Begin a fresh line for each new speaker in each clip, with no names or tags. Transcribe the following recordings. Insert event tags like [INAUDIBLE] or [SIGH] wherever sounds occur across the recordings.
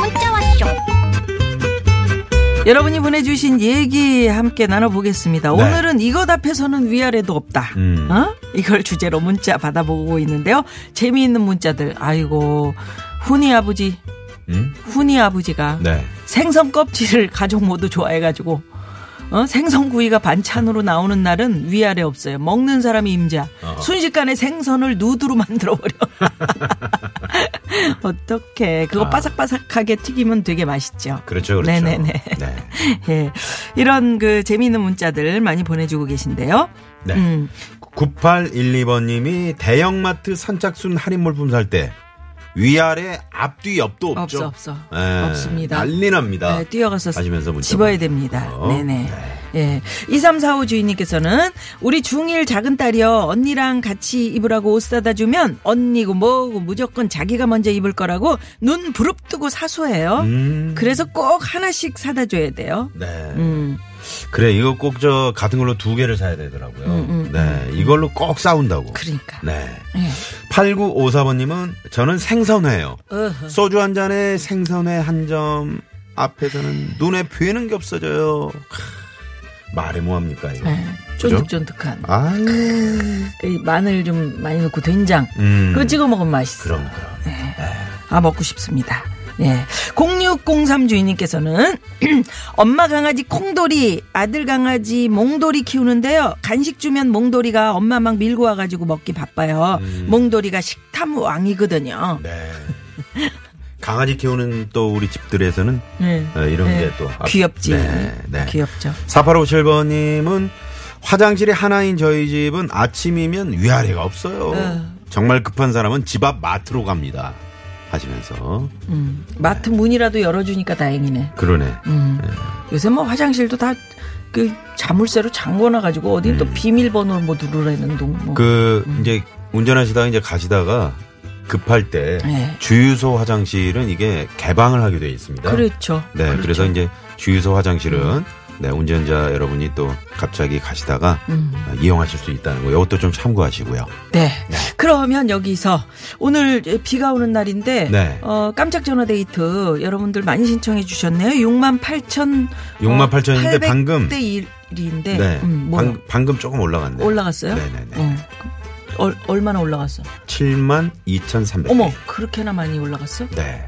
문자 왔쇼
여러분이 보내주신 얘기 함께 나눠보겠습니다.
네.
오늘은 이것 앞에서는 위아래도 없다.
음.
어? 이걸 주제로 문자 받아보고 있는데요. 재미있는 문자들. 아이고, 훈이 아버지. 훈이 아버지가
음? 네.
생선 껍질을 가족 모두 좋아해가지고 어? 생선 구이가 반찬으로 나오는 날은 위아래 없어요. 먹는 사람이 임자. 순식간에 생선을 누드로 만들어
[LAUGHS]
버려. [LAUGHS] 어떻게 그거 바삭바삭하게 튀기면 되게 맛있죠.
아. 그렇죠, 그렇죠.
네네네.
네.
예. 이런 그 재미있는 문자들 많이 보내주고 계신데요.
네.
음.
9812번님이 대형마트 선착순 할인 물품 살 때 위아래 앞뒤 옆도 없죠.
없어, 없어.
예,
없습니다.
난리 납니다.
네, 뛰어가서
하시면서 문자
집어야
보내주세요.
됩니다.
어,
네네.
네.
예. 2345 주인님께서는 우리 중1 작은 딸이요. 언니랑 같이 입으라고 옷 사다 주면 언니고 뭐고 무조건 자기가 먼저 입을 거라고 눈 부릅뜨고 사소해요.
음.
그래서 꼭 하나씩 사다 줘야 돼요.
네.
음.
그래, 이거 꼭 저 같은 걸로 두 개를 사야 되더라고요. 네. 이걸로 꼭 싸운다고.
음, 그러니까.
네.
예.
8954번님은 저는 생선회요.
어허.
소주 한 잔에 생선회 한 점 앞에서는 눈에 뵈는 게 없어져요. 크, 말해 뭐합니까 이거.
예.
그죠?
쫀득쫀득한.
아유.
이 마늘 좀 많이 넣고 된장.
음.
그거 찍어 먹으면 맛있어.
그럼 그럼.
아 먹고 싶습니다. 예. 0603 주인님께서는 [CLEARS THROAT] 엄마 강아지 콩돌이, 아들 강아지 몽돌이 키우는데요. 간식 주면 몽돌이가 엄마 막 밀고 와가지고 먹기 바빠요. 몽돌이가 식탐 왕이거든요.
음. 네. 강아지 키우는 또 우리 집들에서는
네.
어, 이런
네.
게 또
귀엽지.
네. 네.
귀엽죠.
4857번님은 화장실이 하나인 저희 집은 아침이면 위아래가 없어요.
네.
정말 급한 사람은 집 앞 마트로 갑니다. 하시면서
음. 마트 문이라도 열어주니까 다행이네.
그러네.
음. 요새 뭐 화장실도 다 그 자물쇠로 잠궈놔가지고 어디 또 비밀번호 뭐 누르라는 둥. 뭐.
음. 그 이제 운전하시다가 이제 가시다가 급할 때
네.
주유소 화장실은 이게 개방을 하게 되어 있습니다.
그렇죠. 음.
네, 그래서 이제 주유소 화장실은 네, 운전자 여러분이 또 갑자기 가시다가
음.
어, 이용하실 수 있다는 거 이것도 좀 참고하시고요.
네. 그러면 여기서 오늘 비가 오는 날인데
네.
어, 깜짝 전화 데이트 여러분들 많이 신청해 주셨네요. 6만 8천 어,
68,000 인데 방금-
대 1인데
네.
음, 뭐
방, 방금 조금 올라갔네요.
올라갔어요?
네네네. 네.
어. 얼, 얼마나 올라갔어?
7만 2,300.
어머, 그렇게나 많이 올라갔어?
네.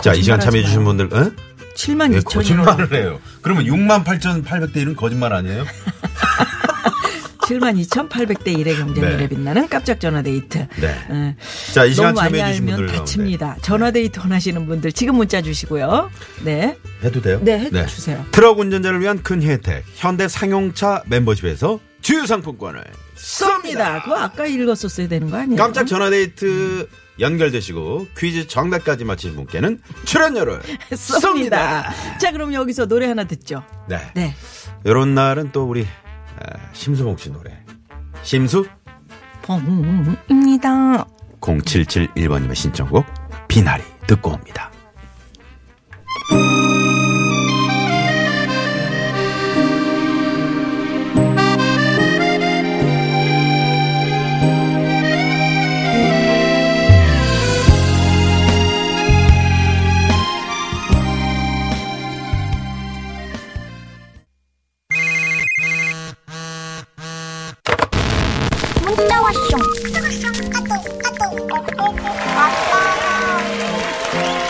자, 이 시간
거짓말하지
참여해 주신
마요. 음,
분들, 응?
7만
왜
2천이
거짓말을 해요? 그러면 6만 8,800대 1은 거짓말 아니에요?
7만 2,800대 1의 경쟁률에
네.
빛나는 깜짝 전화 데이트.
네.
예.
자, 이 시간
너무 많이
참여해 주신
알면
분들 가운데. 네.
다칩니다. 전화 데이트 원하시는 분들 지금 문자 주시고요. 네.
해도 돼요?
네, 해 주세요.
트럭 운전자를 위한 큰 혜택 현대 상용차 멤버십에서 주유 상품권을
쏩니다. 그거 아까 읽었었어야 되는 거 아니에요?
깜짝 전화데이트 연결되시고 퀴즈 정답까지 맞히신 분께는 출연료를
[LAUGHS] 쏩니다.
쏩니다.
자, 그럼 여기서 노래 하나 듣죠.
네.
네.
이런 날은 또 우리 아, 심수봉 씨 노래 심수
봉입니다.
0771번님의 신청곡 비나리 듣고 옵니다.
문자 왔쇼 까똑 까똑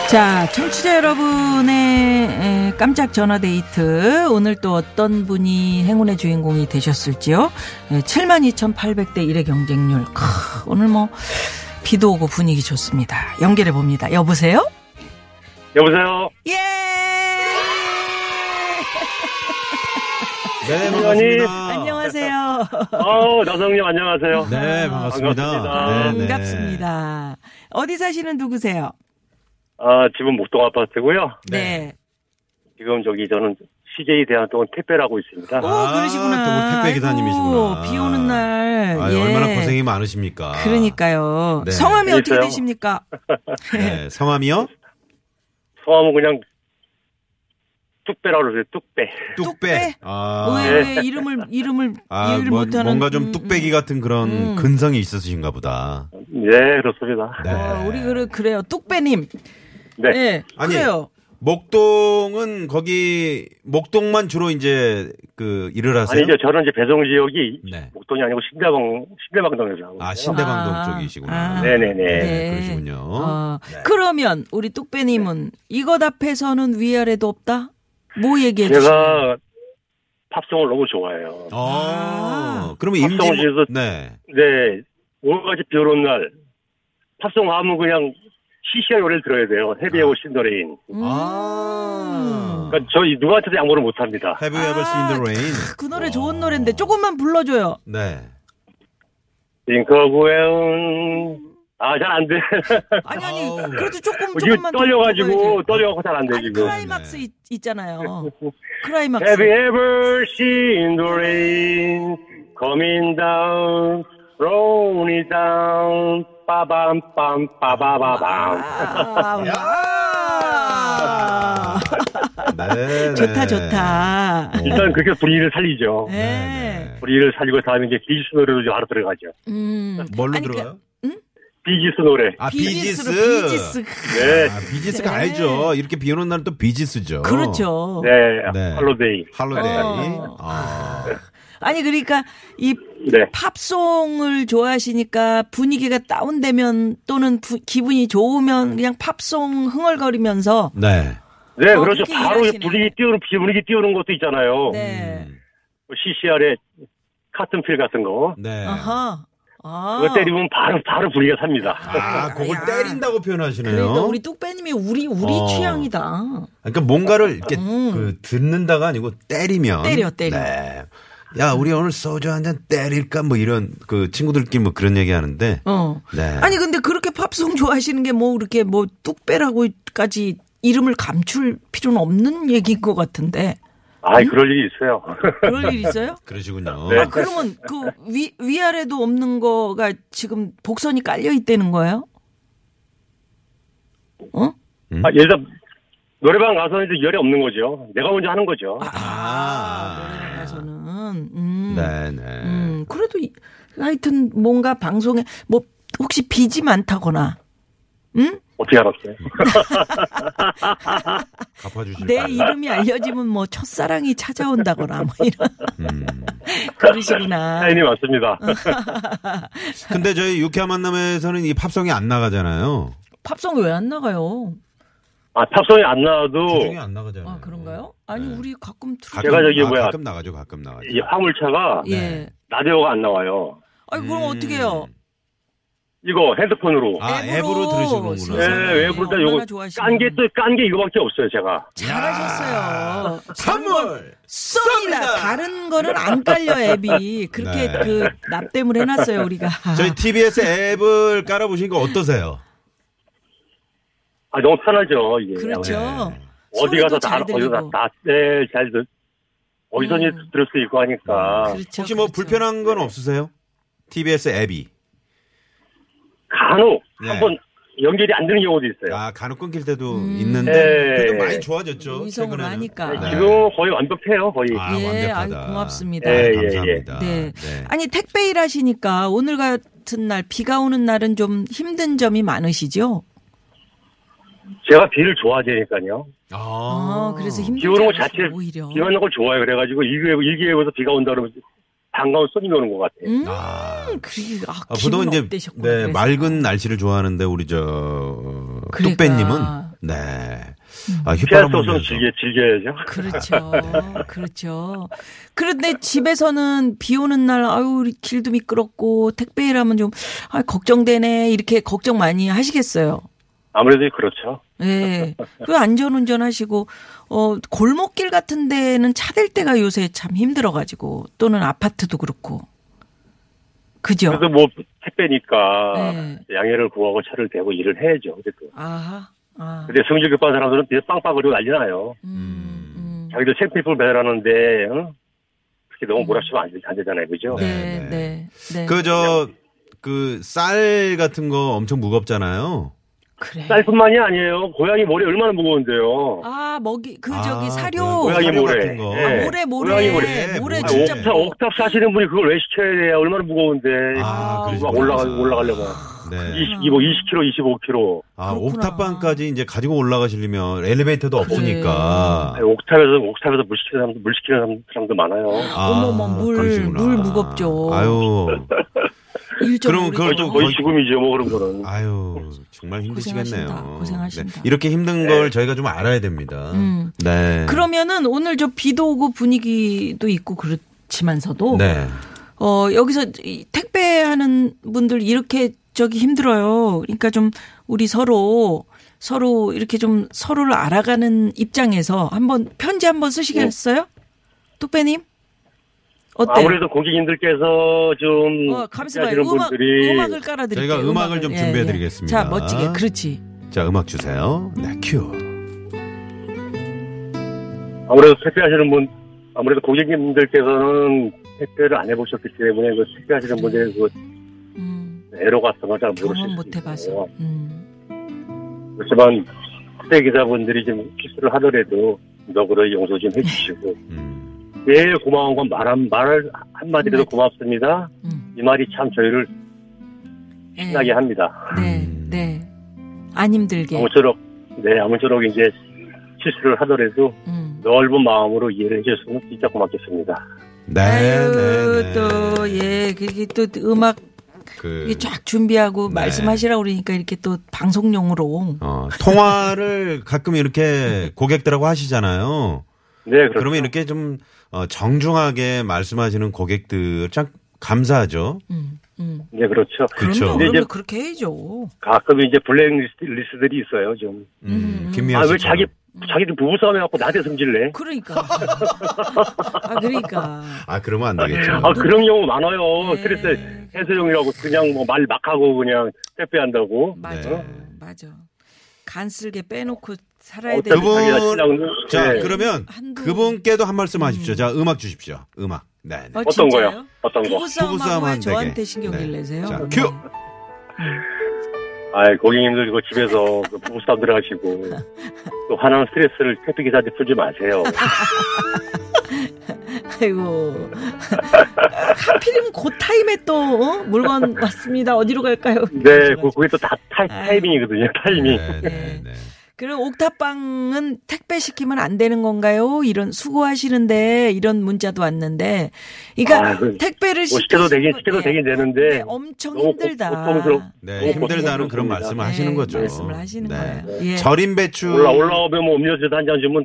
자, 청취자 여러분의 에, 깜짝 전화 데이트. 오늘 또 어떤 분이 행운의 주인공이 되셨을지요? 72,800대 1의 경쟁률. 크, 오늘 뭐, 비도 오고 분위기 좋습니다. 연결해 봅니다. 여보세요?
여보세요.
예!
네
의원님.
아. 안녕하세요.
어, 나성님 안녕하세요.
네 반갑습니다. 네,
반갑습니다.
네.
반갑습니다. 어디 사시는 누구세요?
아, 집은 목동 아파트고요.
네.
지금 저기 저는 CJ 대한통운 택배를 하고 있습니다.
오,
아,
어, 그러시구나.
또 우리 택배 기사님이시구나.
아이고, 비 오는 날.
아,
예.
얼마나 고생이 많으십니까.
그러니까요.
네.
성함이 어떻게
있어요?
되십니까? [LAUGHS]
[LAUGHS] 네, 성함이요?
성함은 그냥 뚝배라고 그러세요. 뚝배.
뚝배.
뚝배?
아,
왜, 왜 이름을 이름을
아,
이해를
뭐,
못하는
뭔가 좀
음,
뚝배기 같은 그런
음.
근성이 있으신가 보다.
네, 그렇습니다.
네.
어, 우리 그래, 그래요. 뚝배님.
네.
예,
아니.
그래요.
목동은 거기 목동만 주로 이제 그 일을 하세요?
아니죠. 저는 이제 배송 지역이
네.
목동이 아니고 신대방, 신대방동에서 하고 있어요.
아 신대방동
아.
쪽이시구나.
아.
네네네.
네.
그러시군요.
어,
네.
그러면 우리 뚝배님은 이것 앞에서는 위아래도 없다. 뭐 얘기해 주세요.
제가 팝송을 너무 좋아해요.
어.
아.
그러면 임진모
합성시에서-
네.
네. 오늘까지 비 오는 날 팝송 하면 그냥 시시한 노래를 들어야 돼요. 헤비의 오신 노래인.
음.
아.
그러니까 저희 누구한테도 양보를 못합니다.
Have you ever seen the rain?
그 노래 좋은 노래인데 조금만 불러줘요.
네.
링커구에은 아 잘 안 돼.
아니 아니
아우.
그래도 어, 조금
[LAUGHS] 이거
조금만 더
떨려가지고
불러줘야지.
떨려갖고 네, 잘 안 돼
아니
지금.
크라이막스
네.
있, 있잖아요. 크라이막스.
Have you ever seen the rain coming down, rolling down, 빠밤 빰 빠바바밤.
아,
야.
와.
네.
좋다
네.
좋다.
오.
일단 그렇게 분위기를 살리죠.
네.
분위기를 살리고 다음에 이제 비지스 노래로 이제 바로 들어가죠.
음.
뭘로
아니,
들어요?
비지스 노래.
아
비지스로, 비지스.
네,
아, 비지스가
네.
알죠. 이렇게 비 오는 날은 또 비지스죠.
그렇죠.
네,
어. 네.
할로데이.
할로데이.
어.
아.
아니 그러니까 이
네,
팝송을 좋아하시니까 분위기가 다운되면 또는 부- 기분이 좋으면 그냥 팝송 흥얼거리면서
네.
네,
어,
그렇죠.
그렇게
바로
일하시네.
분위기 띄우는 분위기 띄우는 것도 있잖아요. 뭐
네.
CCR의 카튼필 같은 거.
네.
아하. 아.
그거 때리면 바로 바로 분위기가 삽니다.
아, 그걸
야.
때린다고 표현하시네요.
그러니까 우리 뚝배님이 우리 우리
어.
취향이다.
그러니까 뭔가를 이렇게
음.
그 듣는다가 아니고 때리면
때려, 때려.
네. 야 우리 오늘 소주 한 잔 때릴까 뭐 이런 그 친구들끼리 뭐 그런 얘기 하는데
어.
네.
아니 근데 그렇게 팝송 좋아하시는 게 뭐 그렇게 뭐 뚝배라고까지 이름을 감출 필요는 없는 얘기인 것 같은데
아이 그럴 일이 있어요.
그럴 일 있어요?
그러시군요.
네.
아 그러면 그 위 위아래도 없는 거가 지금 복선이 깔려 있다는 거예요? 어?
아, 예를 들어 노래방 가서 이제 열이 없는 거죠. 내가 먼저 하는 거죠.
아.
저는 음,
네네.
음 그래도 이- 하여튼 뭔가 방송에 뭐 혹시 빚이 많다거나
어떻게 알았어요?
갚아주실
내
거예요.
네, 이름이 알려지면 뭐 첫사랑이 찾아온다거나 뭐 이런
음.
[LAUGHS] 그러시구나.
사연이 맞습니다.
아.
근데 저희 유쾌한 만남에서는 이 팝송이 안 나가잖아요.
팝송 왜 안 나가요?
아 탑송이 안 나와도
주중에 안 나가잖아요.
아 그런가요? 아니
음. 네.
우리 가끔 틀어.
가끔,
어.
네.
제가 저기
아,
뭐야.
가끔 나가죠. 가끔 나가죠.
이 화물차가
예.
라디오가 안 나와요.
아니 아, 그럼 어떻게 해요?
이거 핸드폰으로.
음. 아 앱으로
네,
들으시는구나.
세상에.
왜 그러다
얼마나
요거
좋아하시나.
깐 게 또 깐 게 이거밖에 없어요, 제가.
잘하셨어요.
아, 선물.
쏩니다. 다른 거는 안 깔려 앱이 그렇게
네.
그 납땜을 해놨어요 우리가.
[LAUGHS] 저희 TBS 앱을 깔아보신 거 어떠세요?
아 너무 편하죠. 이게. 예.
그렇죠.
네.
어디
소리도
가서 다
잘
어디서
들리고. 음.
다네잘 들. 어디서니 들을 수 있고 하니까
그렇죠,
혹시 뭐
그렇죠.
불편한 건 없으세요? TBS 앱이.
간혹
예.
네.
한번 연결이 안 되는 경우도 있어요.
아, 간혹 끊길 때도
음.
있는데
네.
그래도 많이 좋아졌죠.
의성을
최근에는.
하니까.
네.
지금 거의 완벽해요, 거의.
아,
음, 예,
완벽하다.
아유, 고맙습니다.
아,
예, 예,
감사합니다.
네.
네.
아니 택배 일하시니까 오늘 같은 날 비가 오는 날은 좀 힘든 점이 많으시죠?
제가 비를 좋아하니까요.
아,
아, 그래서 힘들지
비 오는 거
않으시고
자체를
오히려.
비 오는 걸 좋아해 그래가지고 일기예보 일기예보에서 비가 온다 그러면 반가운 쏘님이 오는 것 같아요.
음,
아.
그리 아,
아,
기분
보통 이제
업되셨구나.
네,
그래서.
맑은 날씨를 좋아하는데 우리 저
그러니까.
뚝배님은 네. 아, 휘바람
피아소송
불면서
즐겨 즐겨야죠.
그렇죠. 그렇죠. 그런데 집에서는 비 오는 날, 아유, 우리 길도 미끄럽고, 택배 일하면 좀, 아, 걱정되네. 이렇게 걱정 많이 하시겠어요.
아무래도 그렇죠.
예. 그 안전 운전하시고, 어, 골목길 같은 데는 차 댈 때가 요새 참 힘들어가지고, 또는 아파트도 그렇고. 그죠?
그래서 뭐 택배니까
네.
양해를 구하고 차를 대고 일을 해야죠. 어쨌든.
아하. 아.
근데 성질 급한 사람들은 그냥 빵빵거리고 난리 나요.
음, 음.
자기들 생필품을 배달하는데 어? 그렇게 너무 몰아치면 안, 되- 안 되잖아요, 그죠?
네, 네, 네.
그 저 그 쌀 같은 거 엄청 무겁잖아요.
그래.
쌀뿐만이 아니에요. 고양이 모래 얼마나 무거운데요.
아, 먹이, 그,
아,
저기, 사료.
고양이
고양이 모래.
같은 거.
예.
모래, 모래.
고양이
모래,
모래.
모래
아,
아,
진짜. 뭐.
옥탑, 옥탑 사시는 분이 그걸 왜 시켜야 돼요? 얼마나 무거운데.
아, 그러지
막 올라가,
그러지.
올라가려고.
네.
20, 뭐 20kg, 25kg.
아,
그렇구나. 네.
옥탑방까지 이제 가지고 올라가시려면 엘리베이터도 없으니까.
아니, 옥탑에서, 옥탑에서 물 시키는 사람도, 물 시키는 사람- 사람도 많아요.
아,
어머머, 물,
그러시구나.
물 무겁죠.
아유,
일점
그럼
오리
그걸
정도.
또
거의 죽음이죠, 뭐 그런 거는.
아유, 정말 힘드시겠네요.
고생하신다, 고생하신다.
이렇게 힘든
네.
걸 저희가 좀 알아야 됩니다.
음.
네.
그러면은 오늘 저 비도 오고 분위기도 있고 그렇지만서도
네.
어 여기서 이 택배 하는 분들 이렇게 저기 힘들어요. 그러니까 좀 우리 서로 서로 이렇게 좀 서로를 알아가는 입장에서 한번 편지 한번 쓰시겠어요? 아, 뚝배님 어때요?
아무래도 고객님들께서 좀
어, 가만있어 봐요.
하시는
음악,
음, 분들이
음악을 깔아드릴게요.
저희가 음악을 좀 준비해드리겠습니다.
자, 멋지게. 그렇지.
자, 음악 주세요. 네, 큐.
아무래도 택배하시는 분 아무래도 고객님들께서는 택배를 안 해보셨기 때문에 그 택배하시는 분들의 그
음,
애로 같은 걸잘 모르실
네. 경험
수
못 해봐서.
있어요.
음.
그렇지만 택배 기사분들이 좀 실수를 하더라도 너그러이 용서 좀 해주시고
음.
예 고마운 건 말한 말 한마디라도 고맙습니다.
음.
이 말이 참 저희를
네.
신나게 합니다.
네,
음.
네. 안 힘들게.
아무쪼록 네 아무쪼록 이제 실수를 하더라도
음.
넓은 마음으로 이해를 해주셔서 진짜 고맙겠습니다.
네,
아유,
네, 네.
또, 예, 그게 또 음악
그,
이게 쫙 준비하고
네.
말씀하시라고 그러니까 이렇게 또 방송용으로.
어, 통화를 가끔 이렇게 고객들하고 하시잖아요.
네
그러면
음. 그러면
이렇게 좀 어, 정중하게 말씀하시는 고객들 참 감사하죠.
음, 음.
네 그렇죠.
그렇죠.
그럼요,
근데
그럼요.
이제-
그렇게 해야죠.
가끔 이제 블랙리스트 리스트들이 있어요 좀.
음, 김미아
아
씨.
왜 자기
음.
자기들 부부싸움 해갖고 나한테 성질내?
그러니까. [LAUGHS] 아, 그러니까.
아, 그러면 안 되겠죠.
아 그런 경우 많아요.
네.
그래서 해수용이라고 그냥 뭐 말 막하고 그냥 택배한다고.
맞아.
네.
맞아. 간쓸게 빼놓고 살아야
어차피
되는
그분-
자기가 친다고.
자,
네.
그러면
한두-
그분께도 한 말씀 하십시오. 자, 음악 주십시오. 음악. 네. 네.
어,
어떤
진짜요?
거요? 어떤 거?
부부싸움하고 왜
부부싸움하는
저한테
되게.
신경을
네.
내세요? 음.
자, 큐.
아 고객님들 그 집에서 그 부부싸움들 하시고 또 화나는 스트레스를 택배 기사한테 풀지 마세요.
[LAUGHS] 아이고. [LAUGHS] 하필이면 그 타임에 또 어? 물건 왔습니다. 어디로 갈까요?
네, 그- 그게 또 다
아유.
타이밍이거든요. 타이밍.
네, 네, 네.
그럼 옥탑방은 택배 시키면 안 되는 건가요? 이런 수고하시는데 이런 문자도 왔는데, 그러니까
아, 그-
택배를
뭐 시켜도 되긴
시키시고-
시켜도
네.
되긴
네,
되는데
엄청
너무
힘들다.
고통스럽-
네,
네,
힘들다는 그런 말씀을
네,
하시는 거죠. 네.
말씀을 하시는 거예요. 예.
절임 배추.
올라 올라오면 뭐 음료수 한 잔 주면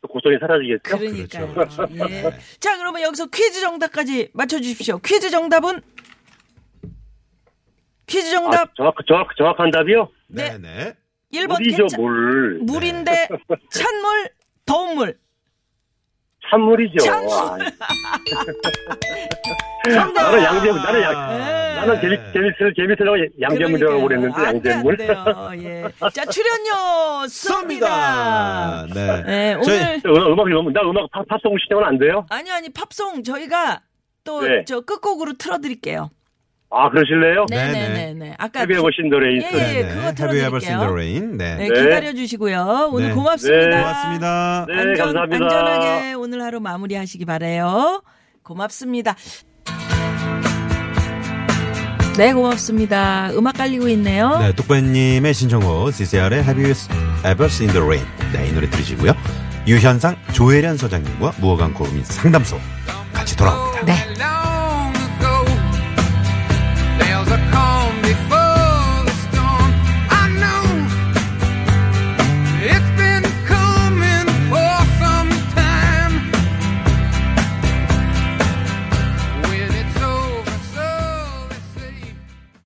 또 고통이 사라지겠죠.
그러니까요.
그렇죠, 그렇죠.
예.
네.
자, 그러면 여기서 퀴즈 정답까지 맞춰주십시오. 퀴즈 정답은? 퀴즈
아,
정답
정확 정확 정확한 답이요.
네, 네.
1번
물이죠 네.
괜찮-
물.
물인데 찬물, 더운 물.
찬물이죠.
찬물.
아, 예.
[LAUGHS]
나는
네,
양재 나는
네.
양
예.
나는 재미 재미스 재미스라고 양재물이라고
그러니까요. 아, 네,
그랬는데
안 돼, 안
양재물.
돼요. 예. 자, 출연료 쏩니다.
쏩니다. 네.
네,
저희-
오늘
저 [LAUGHS] 음악 음악 너무- 나 음악 팝- 팝송 신청은 안 돼요?
아니 아니 팝송 저희가 또
네.
저 끝곡으로 틀어드릴게요.
아 그러실래요?
네,
네네네.
네.
아까
헤비 에버신 노래 있어.
예,
요
예. 그거
Have you
틀어드릴게요.
ever seen the rain? 네.
네,
네.
기다려 주시고요. 오늘
네.
고맙습니다.
네.
고맙습니다.
네,
안전,
감사합니다.
안전하게 오늘 하루 마무리하시기 바래요. 고맙습니다. 네, 고맙습니다. 음악 깔리고 있네요.
네, 뚝배님의 신청곡 CCR의 Have You Ever Seen the Rain? 네, 이 노래 들으시고요. 유현상, 조혜련 소장님과 무허간 고민 상담소 같이 돌아옵니다.
네.